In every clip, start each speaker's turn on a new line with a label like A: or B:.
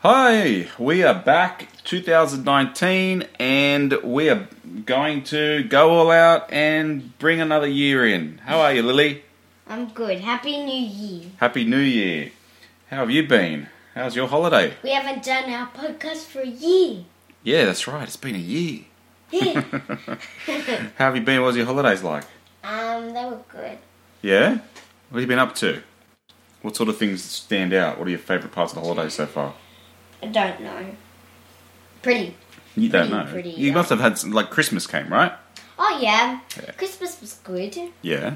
A: Hi, we are back 2019 and we are going to go all out and bring another year in. How are you, Lily?
B: I'm good. Happy New Year.
A: Happy New Year. How have you been? How's your holiday?
B: We haven't done our podcast for a year.
A: Yeah, that's right. It's been a year.
B: um,
A: How have you been? What was your holidays like?
B: Um, they were good.
A: Yeah? What have you been up to? What sort of things stand out? What are your favourite parts of the holiday so far?
B: I don't know. Pretty.
A: You don't
B: Pretty-
A: know.
B: pretty,
A: you
B: uh,
A: must have had some, like Christmas came, right?
B: Oh yeah.
A: Yeah.
B: Christmas was good.
A: Yeah.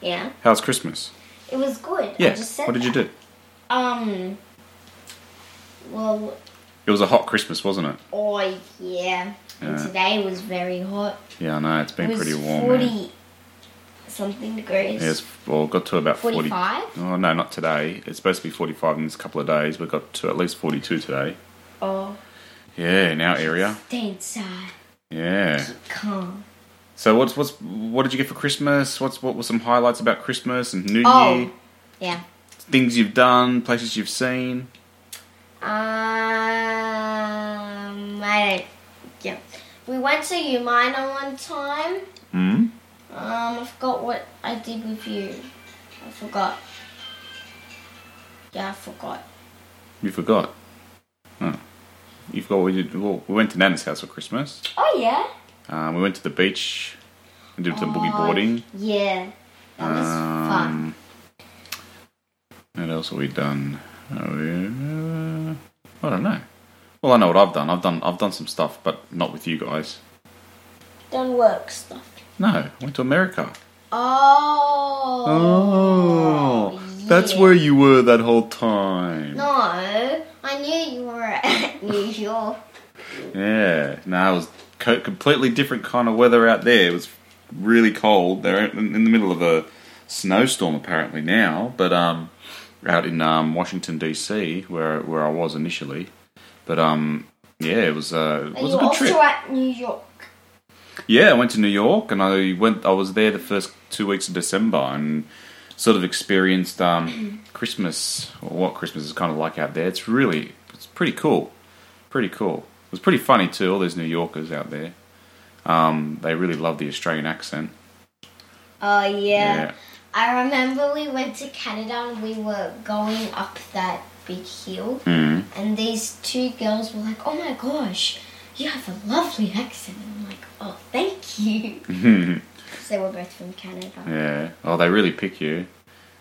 B: Yeah.
A: How's Christmas?
B: It was good. I
A: Yeah.
B: just said
A: What did you do?
B: do? Um. Well,
A: It was a hot Christmas, wasn't it?
B: oh yeah. And
A: Yeah.
B: today was very hot.
A: Yeah, I know. It's been
B: it was
A: pretty warm. man.
B: Forty something degrees.
A: Yeah, it's, well, it got to about 40.
B: 45?
A: Oh, no, not today. It's supposed to be 45 in this couple of days. We got to at least 42 today.
B: Oh, uh,
A: Yeah, in our area.
B: stay inside.
A: Yeah.
B: Calm.
A: So what's what's what did you get for Christmas? What's what were some highlights about Christmas and New
B: Oh.
A: Year?
B: Yeah.
A: Things you've done, places you've seen.
B: Um, I don't. Yeah, we went to Umina one time.
A: Hmm.
B: Um, I forgot what I did with you. I forgot. Yeah, I forgot.
A: You forgot. Oh. You forgot what we did. Well, we went to Nana's house for Christmas.
B: Oh yeah.
A: Um, we went to the beach and did some boogie
B: Oh,
A: boarding.
B: Yeah, that was fun.
A: Um, What else have we done? Uh, we- uh, I don't know. Well, I know what I've done. I've done I've done some stuff, but not with you guys.
B: Done work stuff.
A: No, I went to America.
B: Oh.
A: Oh, that's
B: yeah.
A: where you were that whole time.
B: No, I knew you were at New York.
A: Yeah, no, it was co- completely different kind of weather out there. It was really cold. They're in, in the middle of a snowstorm apparently now, but um, out in um, Washington DC where where I was initially, but um, yeah, it was uh, it
B: Are
A: was
B: you
A: a good
B: also
A: trip.
B: at New York?
A: Yeah, I went to New York and I went. I was there the first two weeks of December and sort of experienced um, Christmas or what Christmas is kind of like out there. It's really, it's pretty cool, pretty cool. It was pretty funny too. All those New Yorkers out there, um, they really love the Australian accent.
B: Oh yeah. I remember we went to Canada and we were going up that big hill,
A: Mm.
B: and these two girls were like, "Oh my gosh, you have a lovely accent." And I'm like, "Oh, thank you." Because they were both from Canada.
A: Yeah. Oh, they really pick you.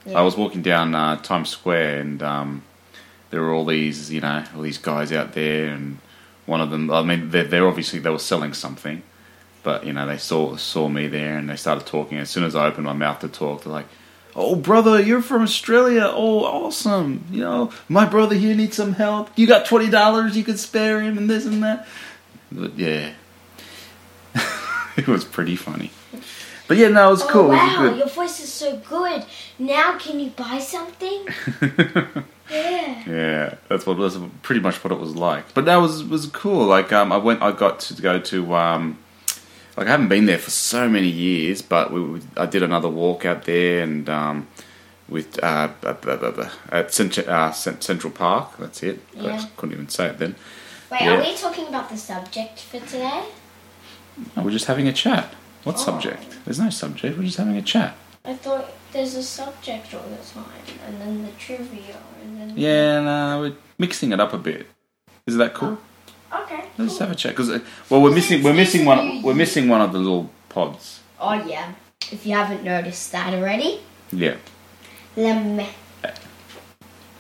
B: Yeah.
A: I was walking down uh, Times Square and um, there were all these, you know, all these guys out there, and one of them. I mean, they're, they're obviously they were selling something, but you know, they saw saw me there and they started talking. As soon as I opened my mouth to talk, they're like. Oh brother, you're from Australia. Oh, awesome! You know, my brother here needs some help. You got twenty dollars you could spare him, and this and that. But yeah, it was pretty funny. But yeah, no, it was
B: Oh
A: cool.
B: wow,
A: It was
B: your voice is so good. Now, can you buy something?
A: good.
B: Yeah.
A: Yeah, that's what that's pretty much what it was like. But that was was cool. Like um, I went, I got to go to um, like I haven't been there for so many years, but we, we I did another walk out there and um, with uh, blah, blah, blah, blah, at Cent- uh, Cent- Central Park. That's it. I
B: Yeah.
A: just couldn't even say it then.
B: Wait,
A: Yeah.
B: are we talking about the subject for today?
A: No, we're just having a chat. What
B: Oh.
A: subject? There's no subject. We're just having a chat.
B: I thought there's a subject all the time, and then the trivia, and then
A: Yeah, no, we're mixing it up a bit. Is that
B: Oh,
A: cool?
B: Okay.
A: Let's have a chat. Cause uh, well, we're missing we're missing one we're missing one of the little pods.
B: Oh yeah. If you haven't noticed that already,
A: Yeah.
B: Lemme.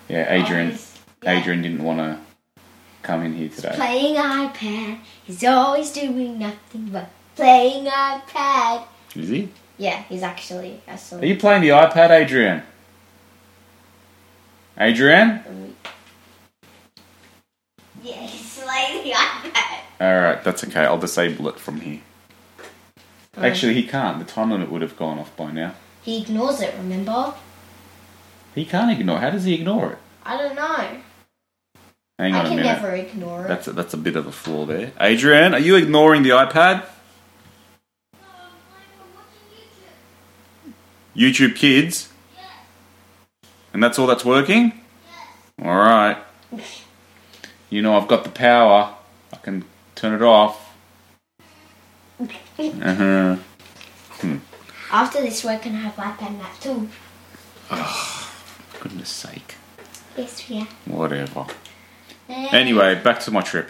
A: Yeah, Adrian.
B: Always- Oh, yeah.
A: Adrian didn't want to come in here today.
B: Playing iPad. He's always doing nothing but playing iPad.
A: Is he?
B: Yeah, he's actually I saw
A: Are you playing the iPad, Adrian? Adrian?
B: him. Yeah, he's playing the iPad.
A: All right, that's okay. I'll disable it from here. Actually, he can't. The time limit would have gone off by now.
B: He ignores it, remember?
A: He can't ignore. How does he ignore it?
B: I don't know.
A: Hang on
B: I
A: a
B: can
A: minute.
B: never ignore it.
A: That's a, that's a bit of a flaw there. Adrian, are you ignoring the iPad? YouTube Kids? And that's all that's working? All right. You know I've got the power. I can turn it off. Uh-huh.
B: After this, we're gonna have iPad nap too.
A: Goodness sake.
B: Yes, we are.
A: Whatever.
B: Eh,
A: Anyway, back to my trip.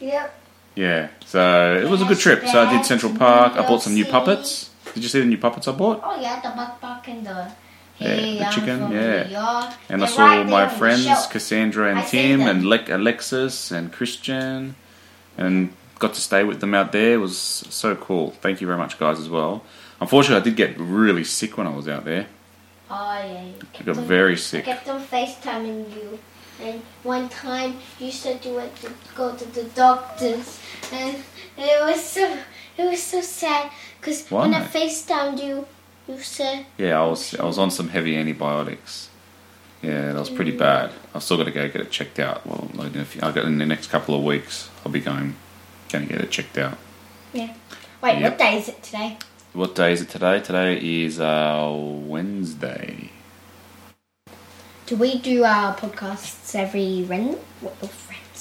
B: Yep.
A: Yeah. So it was a good trip. So I did Central Park. I bought some new puppets. Did you see the new puppets I bought?
B: Oh yeah, the backpack and the.
A: Yeah,
B: Hey,
A: the
B: I'm
A: chicken,
B: from
A: yeah.
B: New York.
A: And I
B: They're
A: saw
B: right there
A: my
B: on the
A: friends
B: shelf.
A: Cassandra and
B: I see
A: Tim
B: them.
A: and Le- Alexis and Christian, and got to stay with them out there. It was so cool. Thank you very much, guys, as well. Unfortunately, I did get really sick when I was out there.
B: Oh yeah. you
A: I
B: kept
A: got
B: on-
A: very
B: I
A: sick.
B: kept on FaceTiming you, and one time you said you went to go to the doctors, and it was so it was so sad because when I
A: Why?
B: FaceTimed you, you said
A: Yeah, I was I was on some heavy antibiotics. Yeah, that was pretty bad. I've still got to go get it checked out. Well, like in a few, I got in the next couple of weeks. I'll be going, going to get it checked out.
B: yeah. Wait,
A: Yep.
B: what day is it today?
A: What day is it today? Today is uh, Wednesday.
B: Do we do our podcasts every Wednesday? Wednesday.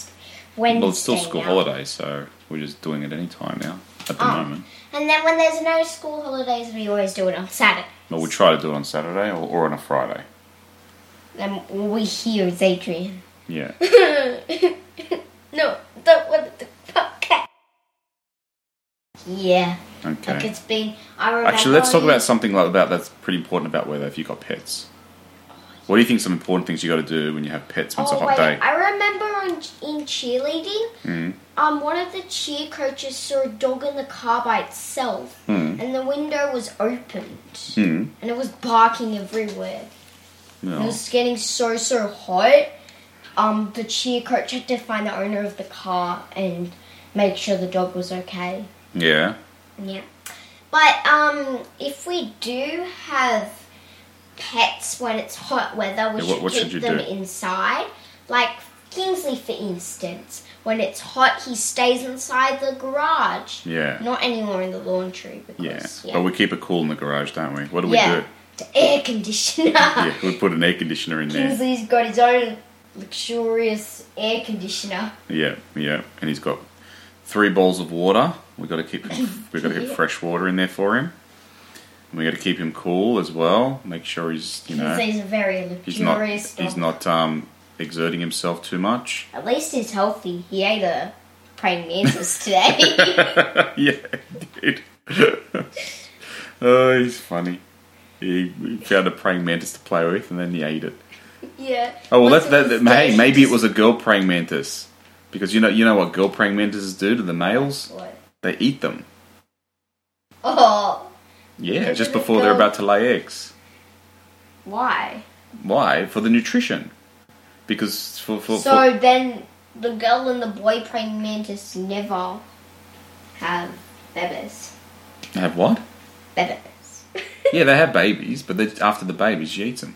A: Well, it's still
B: Wednesday
A: school
B: now.
A: holidays, so we're just doing it any time now at the
B: Oh.
A: moment.
B: And then when there's no school holidays, we always do it on Saturday.
A: But we try to do it on Saturday or, or on a Friday.
B: And we hear is Adrian.
A: Yeah.
B: No, don't want to do podcast. Yeah, like
A: Okay.
B: it's been. I remember.
A: Actually, let's talk
B: when-
A: about something like about that's pretty important about weather if you've got pets. What do you think some important things you got to do when you have pets when it's a
B: Oh
A: hot Hmm?
B: wait,
A: day?
B: I remember on, in cheerleading, um, one of the cheer coaches saw a dog in the car by itself, and the window was opened,
A: Hmm.
B: and it was barking everywhere. It
A: No.
B: was getting so so hot. Um, the cheer coach had to find the owner of the car and make sure the dog was okay.
A: Yeah.
B: Yeah. But um, if we do have pets when it's hot weather, we
A: Yeah, what-
B: should
A: what
B: keep
A: should you
B: them
A: do?
B: inside. Like Kingsley, for instance, when it's hot, he stays inside the garage.
A: Yeah.
B: Not anymore in the laundry
A: Yeah.
B: because
A: But we keep it cool in the garage, don't we? What do we
B: yeah.
A: do?
B: The air conditioner.
A: Yeah, we put an air conditioner in there.
B: Kingsley's got his own luxurious air conditioner.
A: Yeah, yeah. And he's got three bowls of water. We got to keep we got to keep
B: Yeah.
A: fresh water in there for him. And we got to keep him cool as well. Make sure he's you know
B: Kingsley's a very
A: he's not
B: luxurious
A: he's
B: dog.
A: not um, exerting himself too much.
B: At least he's healthy. He ate a praying mantis today.
A: yeah, dude. oh, he's funny. He he found a praying mantis to play with, and then he ate it.
B: yeah.
A: Oh well,
B: Once
A: that, that,
B: it was
A: that hey,
B: dead,
A: maybe it
B: just-
A: was a girl praying mantis, because you know you know what girl praying mantises do to the males?
B: What?
A: They eat them.
B: Oh,
A: Yeah,
B: They're
A: just
B: gonna
A: before they're
B: go-
A: about to lay eggs.
B: why?
A: Why? For the nutrition, because for for,
B: so then the girl and the boy praying mantis never have babies.
A: for have what?
B: Babies.
A: Yeah, they have babies, but they, after the babies, she eats them.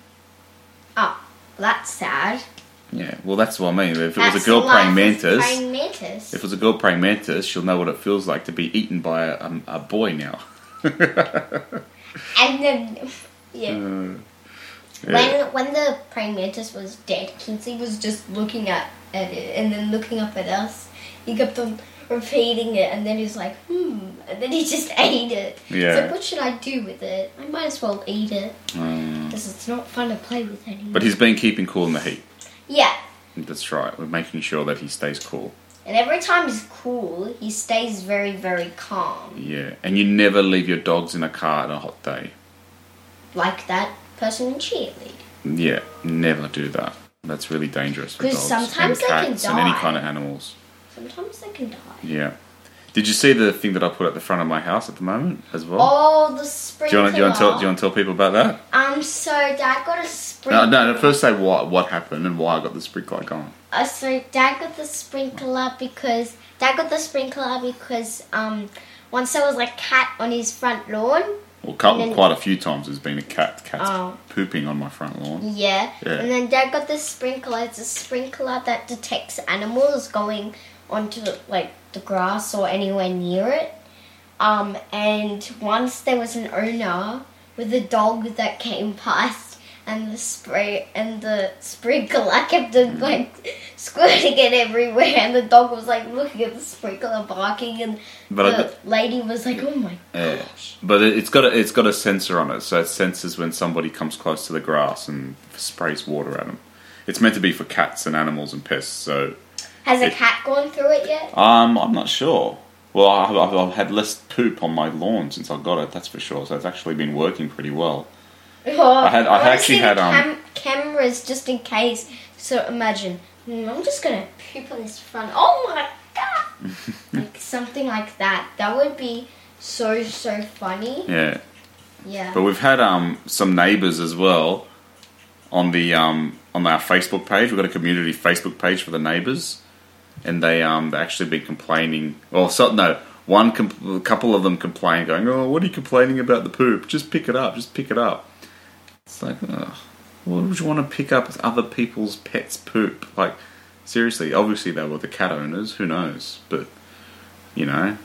B: oh, that's sad.
A: Yeah, well, that's what I mean. If it was
B: That's
A: a girl
B: the life
A: praying
B: of
A: mantis,
B: Praying mantis.
A: If it's a girl praying mantis, she'll know what it feels like to be eaten by a, a, a boy now.
B: and then, yeah.
A: Mm. Uh, Yeah.
B: When when the praying mantis was dead, Kinsey was just looking at, at it and then looking up at us. He kept on repeating it and then he was like, hmm, and then he just ate it.
A: Yeah.
B: So what should I do with it? I might as well eat it
A: Mm.
B: because it's not fun to play with anymore.
A: But he's been keeping cool in the heat.
B: yeah,
A: That's right. We're making sure that he stays cool.
B: and every time he's cool, he stays very very calm.
A: Yeah. And you never leave your dogs in a car on a hot day.
B: Like that person in cheerleading.
A: Yeah. Never do that. That's really dangerous for
B: 'Cause
A: dogs
B: sometimes
A: and
B: they can
A: cats and any
B: die.
A: kind of animals.
B: Sometimes they can die.
A: Yeah. Did you see the thing that I put at the front of my house at the moment as well?
B: Oh, the sprinkler.
A: do you want to tell do you want to tell people about that?
B: Um, so Dad got a sprinkler.
A: No, no, no. First, say what what happened and why I got the sprinkler going.
B: Uh, so dad got the sprinkler because dad got the sprinkler because um once there was a cat on his front lawn.
A: Well, cut,
B: And then-
A: quite a few times there's been a cat cat's
B: Oh.
A: pooping on my front lawn.
B: Yeah.
A: Yeah.
B: And then dad got the sprinkler. It's a sprinkler that detects animals going onto like the grass or anywhere near it. Um, and once there was an owner with a dog that came past and the spray and the sprinkler. I kept
A: Mm.
B: on like squirting it everywhere, and the dog was like looking at the sprinkler, barking, and
A: But I
B: the lady was like, "Oh my
A: Yeah.
B: gosh!"
A: But it- it's got a, it's got a sensor on it, so it senses when somebody comes close to the grass and sprays water at them. It's meant to be for cats and animals and pests. So
B: Has a
A: It-
B: cat gone through it yet?
A: um, I'm not sure. Well, I've, I've, I've had less poop on my lawn since I got it. That's for sure. So it's actually been working pretty well.
B: Oh, I
A: had- I actually had, um,
B: cameras just in case. So imagine, "Hmm, I'm just gonna poop on this front. Oh my god! like something like that. That would be so so funny.
A: Yeah.
B: Yeah.
A: But we've had um, some neighbours as well on the um, on our Facebook page. We've got a community Facebook page for the neighbours, and they um, they actually been complaining. Well, so, no, one com- a couple of them complained, going, "Oh, what are you complaining about the poop? Just pick it up. Just pick it up." It's like, ugh, what would you want to pick up other people's pets' poop? Like, seriously, obviously they were the cat owners. Who knows? But you know,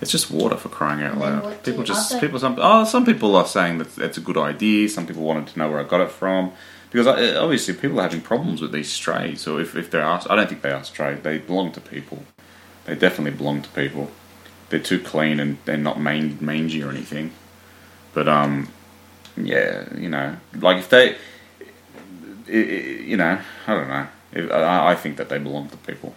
A: it's just water for crying out
B: And then
A: loud.
B: what do
A: People just
B: other-
A: people. Some oh, some people are saying that that's a good idea. Some people wanted to know where I got it from because I, obviously people are having problems with these strays. So if if they are, I don't think they are strays. They belong to people. They definitely belong to people. They're too clean and they're not man, mangy or anything. But um, yeah, you know, like if they, i i you know, I don't know. If, I, I think that they belong to people.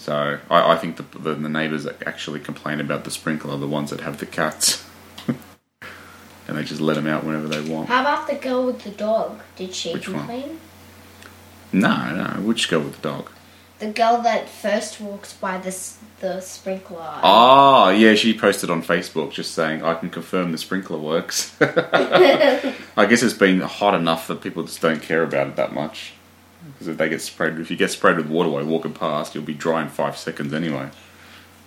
A: So I, I think the, the the neighbors that actually complain about the sprinkler are the ones that have the cats, and they just let them out whenever they want.
B: How about the girl with the dog? Did she
A: Which one?
B: complain?
A: No, no, we'll just go with the dog.
B: The girl that first walked by the s- the sprinkler.
A: Ah, yeah, she posted on Facebook just saying, I can confirm the sprinkler works. I guess it's been hot enough that people just don't care about it that much. Because if they get sprayed, if you get sprayed with water while walking past, you'll be dry in five seconds anyway.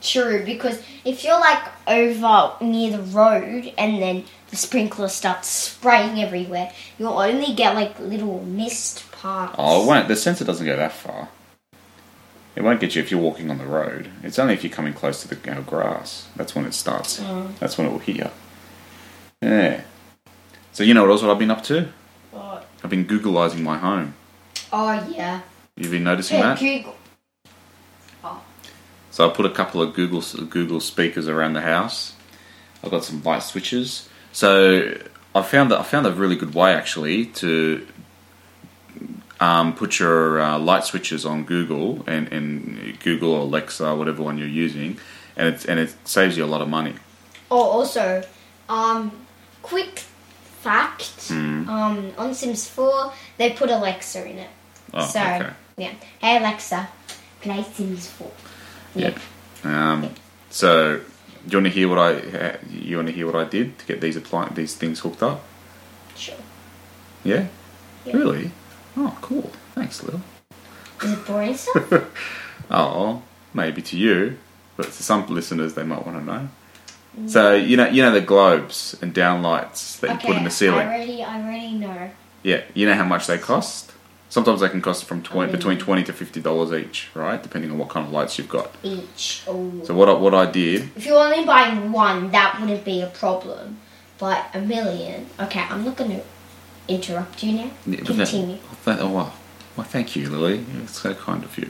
B: True, because if you're like over near the road and then the sprinkler starts spraying everywhere, you'll only get like little mist parts.
A: Oh, it won't. The sensor doesn't go that far. It won't get you if you're walking on the road. It's only if you're coming close to the uh, grass. That's when it starts. That's when it will hit you. Yeah. So you know what else? What I've been up to?
B: What?
A: I've been Googleizing my home.
B: Oh yeah.
A: You've been noticing
B: Yeah,
A: that?
B: Google. Oh.
A: So I put a couple of Google Google speakers around the house. I've got some light switches. So I found that I found a really good way actually to um, put your uh, light switches on Google and, and Google or Alexa, whatever one you're using, and it's, and it saves you a lot of money.
B: oh, also, um, quick fact.
A: Hmm.
B: Um, on Sims 4, they put Alexa in it.
A: Oh,
B: so
A: okay.
B: yeah. Hey Alexa, play Sims 4.
A: Yeah. Um, so do you want to hear what I you want to hear what I did to get these apply these things hooked up?
B: Sure.
A: Yeah.
B: Yeah.
A: Really? Oh, cool. Thanks, Lil.
B: Is it boring stuff?
A: Oh, maybe to you, but to some listeners, they might want to know. So you know, you know the globes and downlights that you put in the ceiling.
B: I already, I already know.
A: yeah, you know how much they cost. Sometimes they can cost from 20,
B: Mm.
A: between twenty to fifty dollars each, right? Depending on what kind of lights you've got.
B: Each. Oh.
A: So what I, what I did,
B: if you're only buying one, that wouldn't be a problem. But a million. Okay, I'm not going to interrupt you now.
A: Yeah, but that-
B: Continue.
A: oh, that- oh, wow. Well, thank you, Lily. It's so kind of you.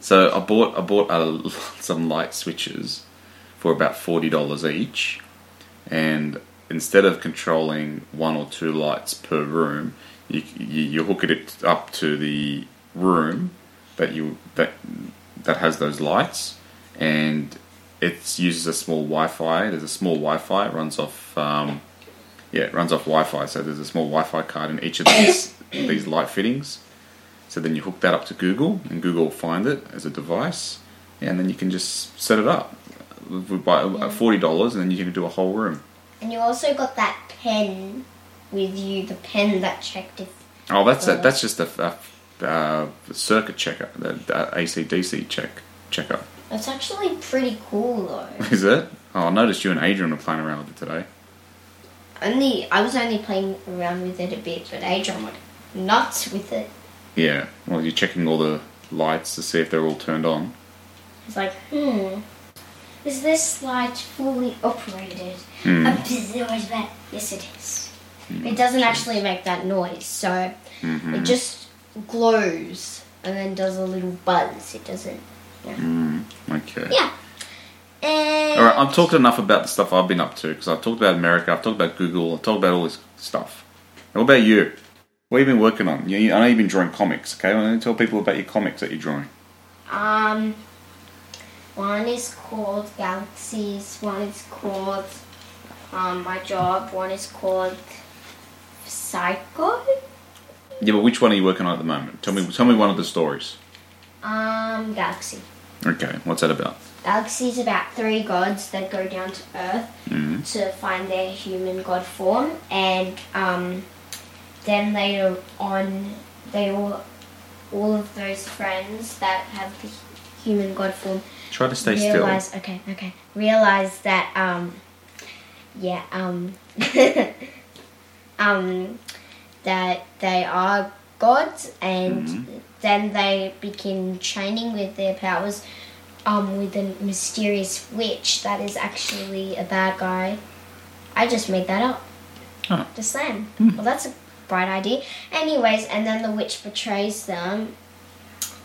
A: So I bought I bought uh, some light switches for about forty dollars each, and instead of controlling one or two lights per room, you you, you hook it up to the room that you that that has those lights, and it uses a small Wi-Fi. There's a small Wi-Fi. It runs off. Um, yeah, it runs off Wi-Fi. So there's a small Wi-Fi card in each of these these light fittings. So then you hook that up to Google, and Google will find it as a device, and then you can just set it up. We buy at forty dollars, and then you can do a whole room.
B: And you also got that pen with you, the pen that checked if.
A: Oh, that's a,
B: Wow.
A: that's just a, a, uh circuit checker, the, the ACDC check checker,
B: It's actually pretty cool though.
A: is it? Oh, I noticed you and Adrian were playing around with it today.
B: only I was only playing around with it a bit, but Adrian went nuts with it.
A: Yeah, well, you're checking all the lights to see if they're all turned on.
B: It's like, hmm,
C: Is this slide fully operated?
A: Mm.
C: A bit noise back. Yes, it is.
B: It
A: Hmm.
B: doesn't actually make that noise, so it just glows and then does a little buzz. It doesn't.
A: Okay.
C: Yeah. And
A: All right, I've talked enough about the stuff I've been up to because I've talked about America, I've talked about Google, I've talked about all this stuff. And what about you? What have you been working on? You- you- I know you've been drawing comics, okay? Why don't you tell people about your comics that you're drawing?
B: Um, one is called Galaxies. One is called um, My Job. One is called Psycho.
A: Yeah, but which one are you working on at the moment? Tell me, tell me one of the stories.
B: Um, Galaxy.
A: Okay, what's that about?
B: Galaxies about three gods that go down to Earth
A: Mm-hmm.
B: to find their human god form, and um, then later on, they all, all of those friends that have the hu- human god form
A: Try to stay
B: realize. Okay, okay. Realize that um, yeah um, um, that they are gods, and then they begin training with their powers. Um, with a mysterious witch that is actually a bad guy. I just made that up.
A: Oh.
B: Just then. Well, that's a bright idea. Anyways, and then the witch betrays them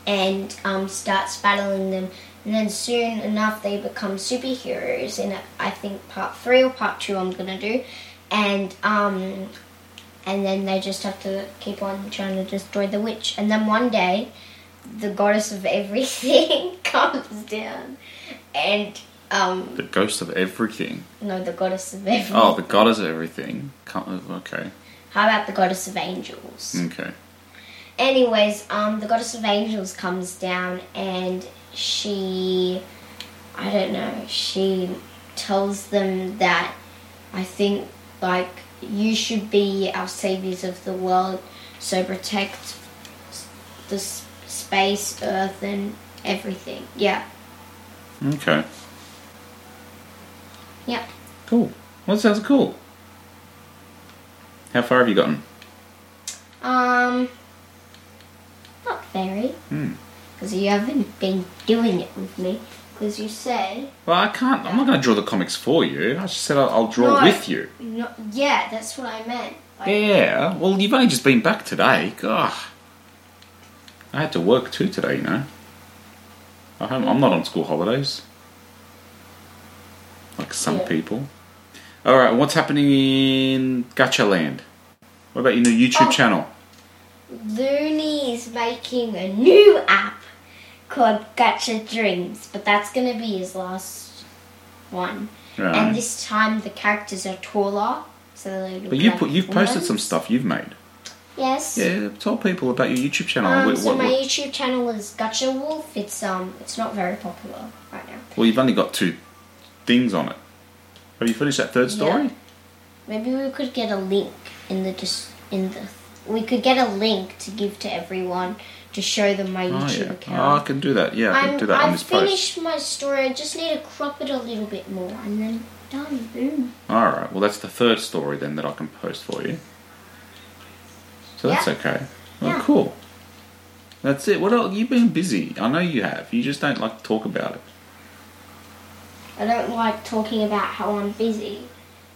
B: and um, starts battling them. And then soon enough, they become superheroes. In I think part three or part two, I'm gonna do, and um, and then they just have to keep on trying to destroy the witch. And then one day, the goddess of everything comes down, and um,
A: The ghost of everything.
B: no, the goddess of everything.
A: Oh, the goddess of everything. Can't, okay,
B: How about the goddess of angels?
A: okay.
B: Anyways, um, the goddess of angels comes down and she, I don't know, she tells them that I think like you should be our saviors of the world, so protect the s- space, earth, and everything. Yeah,
A: Okay.
B: yeah.
A: Cool. Well, that sounds cool. How far have you gotten?
B: Um, not very,
A: Hmm.
B: because you haven't been doing it with me, because you said.
A: Well, I can't. I'm not going to draw the comics for you. I just said I'll, I'll draw
B: No.
A: with you.
B: No, yeah, that's what I meant. Like,
A: Yeah. Well, you've only just been back today. God. I had to work too today, you know. I haven't- I'm not on school holidays. Like some
B: Yeah.
A: people. All right. What's happening in Gacha Land? What about your new YouTube
B: Oh.
A: channel?
B: Looney is making a new app called Gacha Dreams, but that's going to be his last one.
A: Right.
B: And this time the characters are taller, so they look
A: but you
B: like
A: put you've posted
B: humans.
A: some stuff you've made.
B: Yes.
A: Yeah. Tell people about your YouTube channel.
B: Um,
A: What-
B: so
A: what-
B: my
A: what-
B: YouTube channel is Gacha Wolf. It's um, it's not very popular right now.
A: Well, you've only got two things on it. Have you finished that third story?
B: Yeah. Maybe we could get a link in the dis- in the we could get a link to give to everyone to show them my
A: Oh,
B: YouTube
A: yeah. Oh, I
B: account.
A: can do that. Yeah, I can
B: I'm-
A: do that on
B: I've
A: this post.
B: finished my story. I just need to crop it a little bit more, and then done. Boom.
A: All right. Well, that's the third story then that I can post for you. So that's
B: Yeah.
A: okay. Well,
B: Yeah.
A: cool. That's it. What else? You've been busy. I know you have. You just don't like to talk about it.
B: I don't like talking about how I'm busy.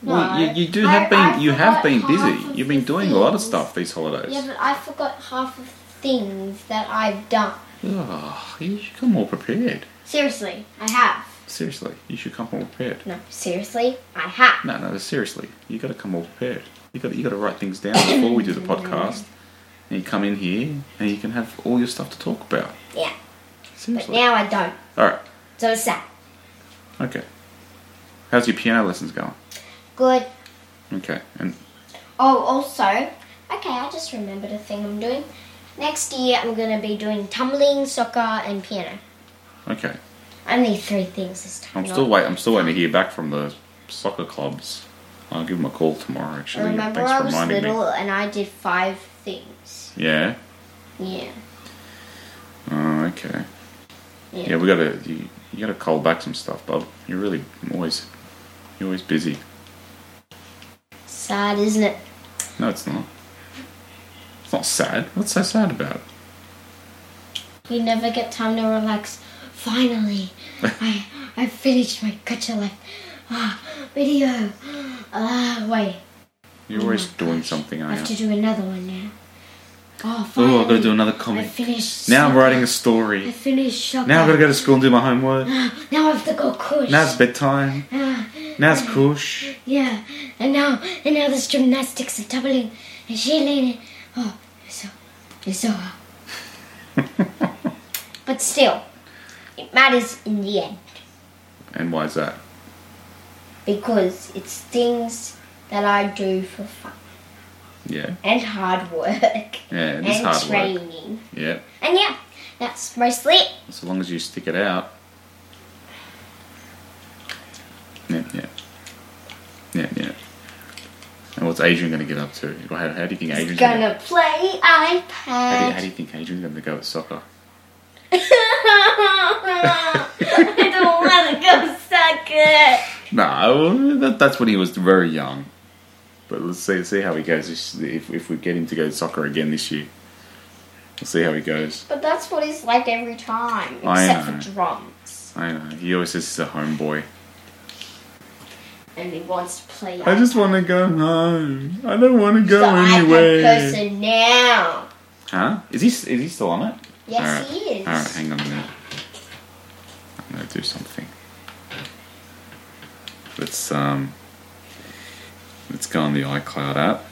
B: No,
A: Well, you, you do
B: I-
A: have been.
B: I
A: you have
B: forgot
A: been
B: half
A: busy.
B: of
A: You've been
B: the
A: doing a lot of
B: things.
A: stuff these holidays.
B: Yeah, but I forgot half of the things that I've done.
A: Ugh, you should come more prepared.
B: Seriously, I have.
A: Seriously, you should come more prepared.
B: No, seriously, I have.
A: No, no, seriously, you got to come all prepared. You got you got to write things down before we do the podcast. And you come in here and you can have all your stuff to talk about.
B: Yeah, but
A: Seriously.
B: now I don't.
A: all right.
B: So it's sad.
A: Okay. How's your piano lessons going?
B: Good.
A: Okay. And
B: Oh, also, okay, I just remembered a thing I'm doing. Next year, I'm gonna be doing tumbling, soccer, and piano.
A: okay.
B: Only three things this time.
A: I'm
B: not
A: still wait. I'm still waiting to hear back from the soccer clubs. I'll give them a call tomorrow.
B: I
A: Actually,
B: remember
A: thanks
B: I
A: for
B: was
A: reminding
B: little
A: me.
B: and I did five things.
A: Yeah.
B: Yeah.
A: Oh, okay.
B: Yeah.
A: Yeah, we got to you, you got to call back some stuff, Bob. You're really always you're always busy.
B: Sad, isn't it?
A: No, it's not. It's not sad. What's so sad about it?
B: We never get time to relax. Finally, I, I've finished my Gotcha Life ah, video. Ah, wait.
A: You're always
B: Oh
A: doing something,
B: I
A: aren't
B: have
A: you?
B: to do another one now. Oh, finally.
A: Oh, I've got to do another
B: I
A: comic.
B: finished.
A: Now I'm
B: supper.
A: writing a
B: I
A: story.
B: finished supper.
A: Now I've got to go to school and do my homework.
B: Now I have to go course.
A: Now it's bedtime.
B: Ah,
A: Now it's push.
B: yeah, and now and now there's gymnastics and doubling and cheerleading. Oh, it's so it's so hard. but still, it matters in the end
A: And why is that?
B: because it's things that I do for fun
A: Yeah.
B: and hard work
A: Yeah, it is
B: and
A: hard work.
B: training.
A: Yeah.
B: And yeah, that's mostly it.
A: So long as you stick it out. Yeah, yeah. Yeah, yeah. And what's Adrian going to get up to? How, how do you think
B: He's
A: Adrian's going to...
B: gonna play
A: How do, you, how
B: iPad.
A: do you think Adrian's going to go at soccer?
B: I don't want to go suck it.
A: No, that, that's when he was very young. But let's see see how he goes. this- If if we get him to go to soccer again this year, we'll see how he goes.
B: But that's what he's like every time,
A: I
B: except
A: know.
B: for drums.
A: I know he always says he's a homeboy.
B: And he wants to play.
A: I just want to go home. I don't want to go
B: the
A: anywhere.
B: iPad person now.
A: Huh? Is he is he still on it?
B: Yes,
A: Alright.
B: he is.
A: All right, hang on a minute. I'm gonna do something. Let's um, let's go on the iCloud app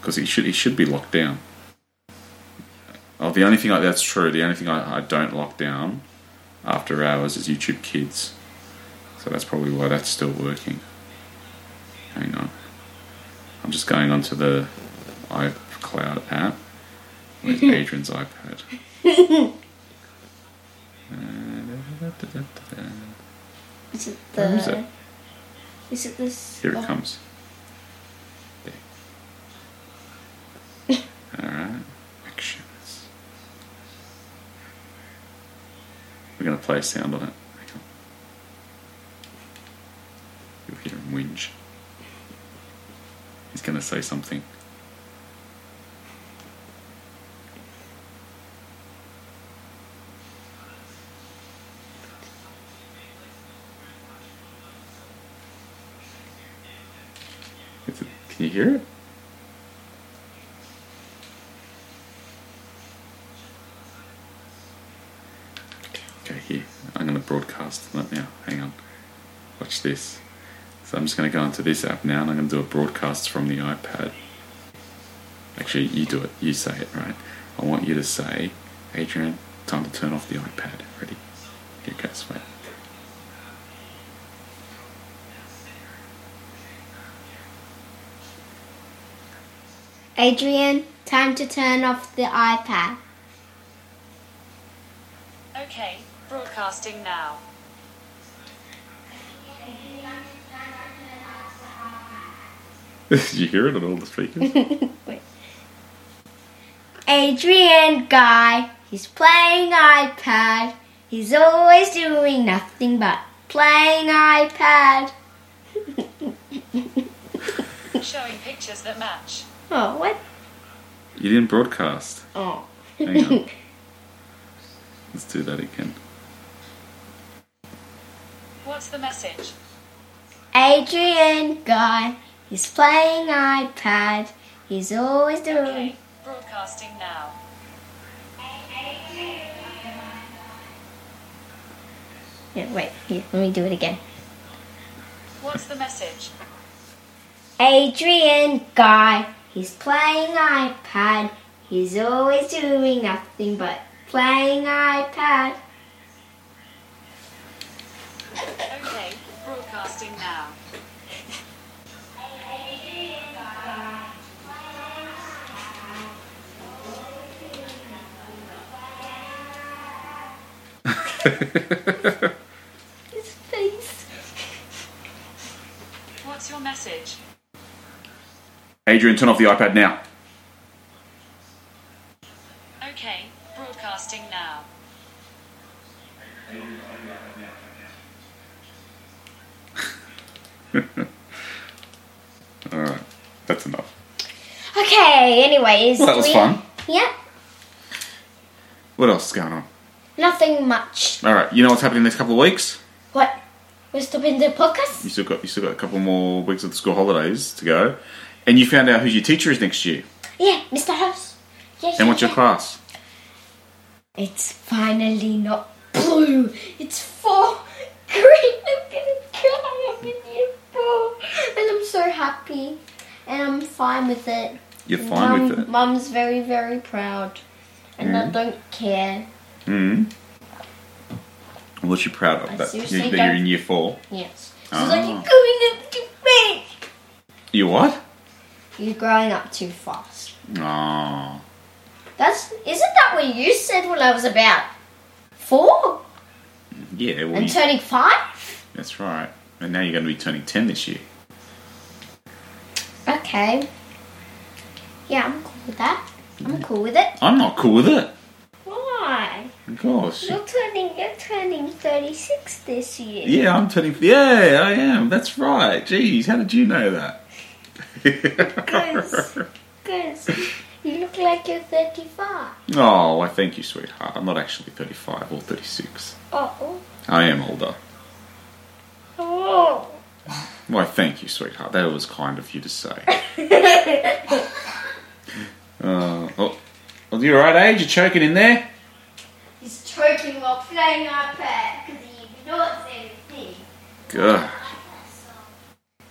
A: because he should he should be locked down. Oh, the only thing I, that's true. The only thing I, I don't lock down after hours is YouTube Kids, so that's probably why that's still working. Hang on, I'm just going onto the iCloud app. Where's Adrian's iPad? Uh,
B: Is it the?
A: Where is it?
B: is it this?
A: Here it
B: oh,
A: comes. There. Alright. Actions. We're going to play a sound on it. Hang on. You'll hear him whinge. He's going to say something. Is it, can you hear it? Okay, here. I'm going to broadcast on it now. Hang on. Watch this. So I'm just going to go into this app now and I'm going to do a broadcast from the iPad. Actually, you do it. You say it, right? I want you to say, Adrian, time to turn off the iPad. Ready? Here it goes. Wait.
B: Adrian, time to turn off the iPad.
D: Okay, broadcasting now.
A: Did you hear it on all the speakers?
B: Adrian guy, he's playing iPad. He's always doing nothing but playing iPad.
D: Showing pictures that match.
B: Oh, what?
A: you didn't broadcast.
B: Oh.
A: Hang on. Let's do that again.
D: What's the message?
B: Adrian guy, he's playing iPad. He's always doing.
D: Okay, broadcasting now.
B: Yeah, wait, here, let me do it again.
D: What's the message?
B: Adrian guy, he's playing iPad. He's always doing nothing but playing iPad.
D: Okay, broadcasting now.
B: His face.
D: What's your message?
A: Adrian, turn off the iPad now.
D: Okay, broadcasting now.
A: All right, that's enough.
B: Okay, anyways.
A: Well, that was
B: we-
A: fun.
B: Yep.
A: What else is going on?
B: Nothing much.
A: All right. You know what's happening next couple of weeks?
B: What? We're stopping the podcast?
A: You still got you still got a couple more weeks of the school holidays to go, and you found out who your teacher is next year
B: Yeah, Mr. House. Yeah,
A: and what's your
B: yeah.
A: class.
B: It's finally not blue. It's fall. Great. I'm gonna cry. I'm in year four. And I'm so happy. And I'm fine with it.
A: You're fine with it.
B: Mum's very, very proud. And I
A: Mm.
B: don't care.
A: Hmm. What's you proud
B: I
A: of? That,
B: seriously
A: you, that you're
B: don't-
A: in year four.
B: Yes. She's
A: Ah.
B: like, you're going up too big.
A: You what?
B: You're growing up too fast.
A: Oh.
B: That's isn't that what you said when I was about four?
A: Yeah. Well,
B: I'm
A: you-
B: turning five?
A: that's right. And now you're going to be turning ten this year.
B: Okay. Yeah, I'm cool with that.
A: Mm-hmm.
B: I'm cool with it.
A: I'm not cool with it.
B: Why?
A: Of course.
B: You're turning you're turning thirty six this year.
A: Yeah, I'm turning. Yeah, I am. That's right. Jeez, how did you know that?
B: Because- Because you look like you're thirty five.
A: oh, I thank you, sweetheart. I'm not actually 35 or 36.
B: Oh.
A: I am older.
B: Oh.
A: Why, thank you, sweetheart. That was kind of you to say. uh, oh, well, you all right, Age? You choking in there?
C: He's choking while playing iPad because he ignores everything.
A: Good.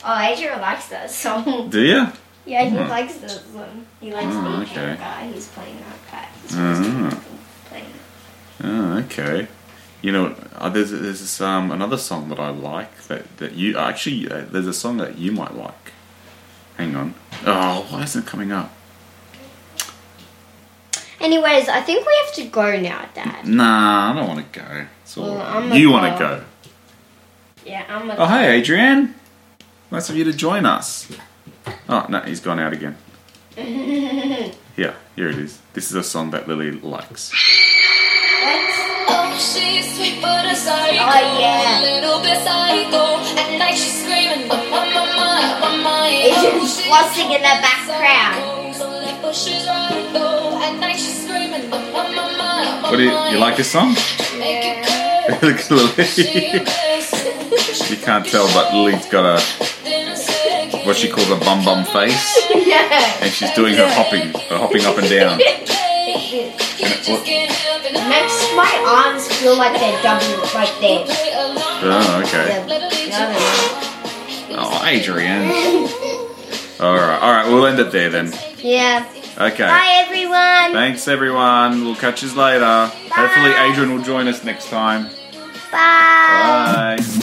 B: Oh, Adrian likes that song.
A: Do you?
B: yeah, he
A: Hmm.
B: likes that song. He likes
A: Oh,
B: being
A: okay.
B: a guy. He's playing iPad. He's
A: Ah.
B: playing.
A: Oh, okay. You know, uh, there's there's this, um, another song that I like that that you actually uh, there's a song that you might like. Hang on. Oh, why isn't it coming up?
B: Anyways, I think we have to go now, Dad.
A: Nah, I don't want to go. It's all
B: Well,
A: right.
B: I'm a
A: you want to
B: girl.
A: go?
B: Yeah, I'm a.
A: Oh, hey, Adrian. Nice of you to join us. Oh no, he's gone out again. yeah, here it is. This is a song that Lily likes.
E: Oh, she's sweet but a psycho.
B: Oh, yeah.
E: A little bit psycho. At night she's screaming, but my, my, my, my, my. Oh,
B: It's just
E: she's
B: flossing in the background.
E: psycho. So left, but she's right, though. At night she's screaming, but my, my, my, my,
A: What do you,
B: Oh,
E: my.
A: you like this song?
E: Make you curse.
A: Look at
E: She
A: Lily.
E: embarrassing.
A: you can't tell, but Lily's got a
E: Then a second.
A: what she calls a bum bum face.
B: Yeah.
A: and she's doing her hopping, her hopping up and down.
E: Hey, you just can't help it.
B: Makes my arms feel like they're double, like they're.
E: Play along.
A: Oh, okay.
E: Let her lead
B: Yeah,
E: you on.
A: Oh, Adrian. All right, all right. We'll end it there then.
B: yeah.
A: Okay.
B: Bye, everyone.
A: Thanks, everyone. We'll catch you later. Hopefully, Adrian will join us next time.
B: Bye.
A: Bye.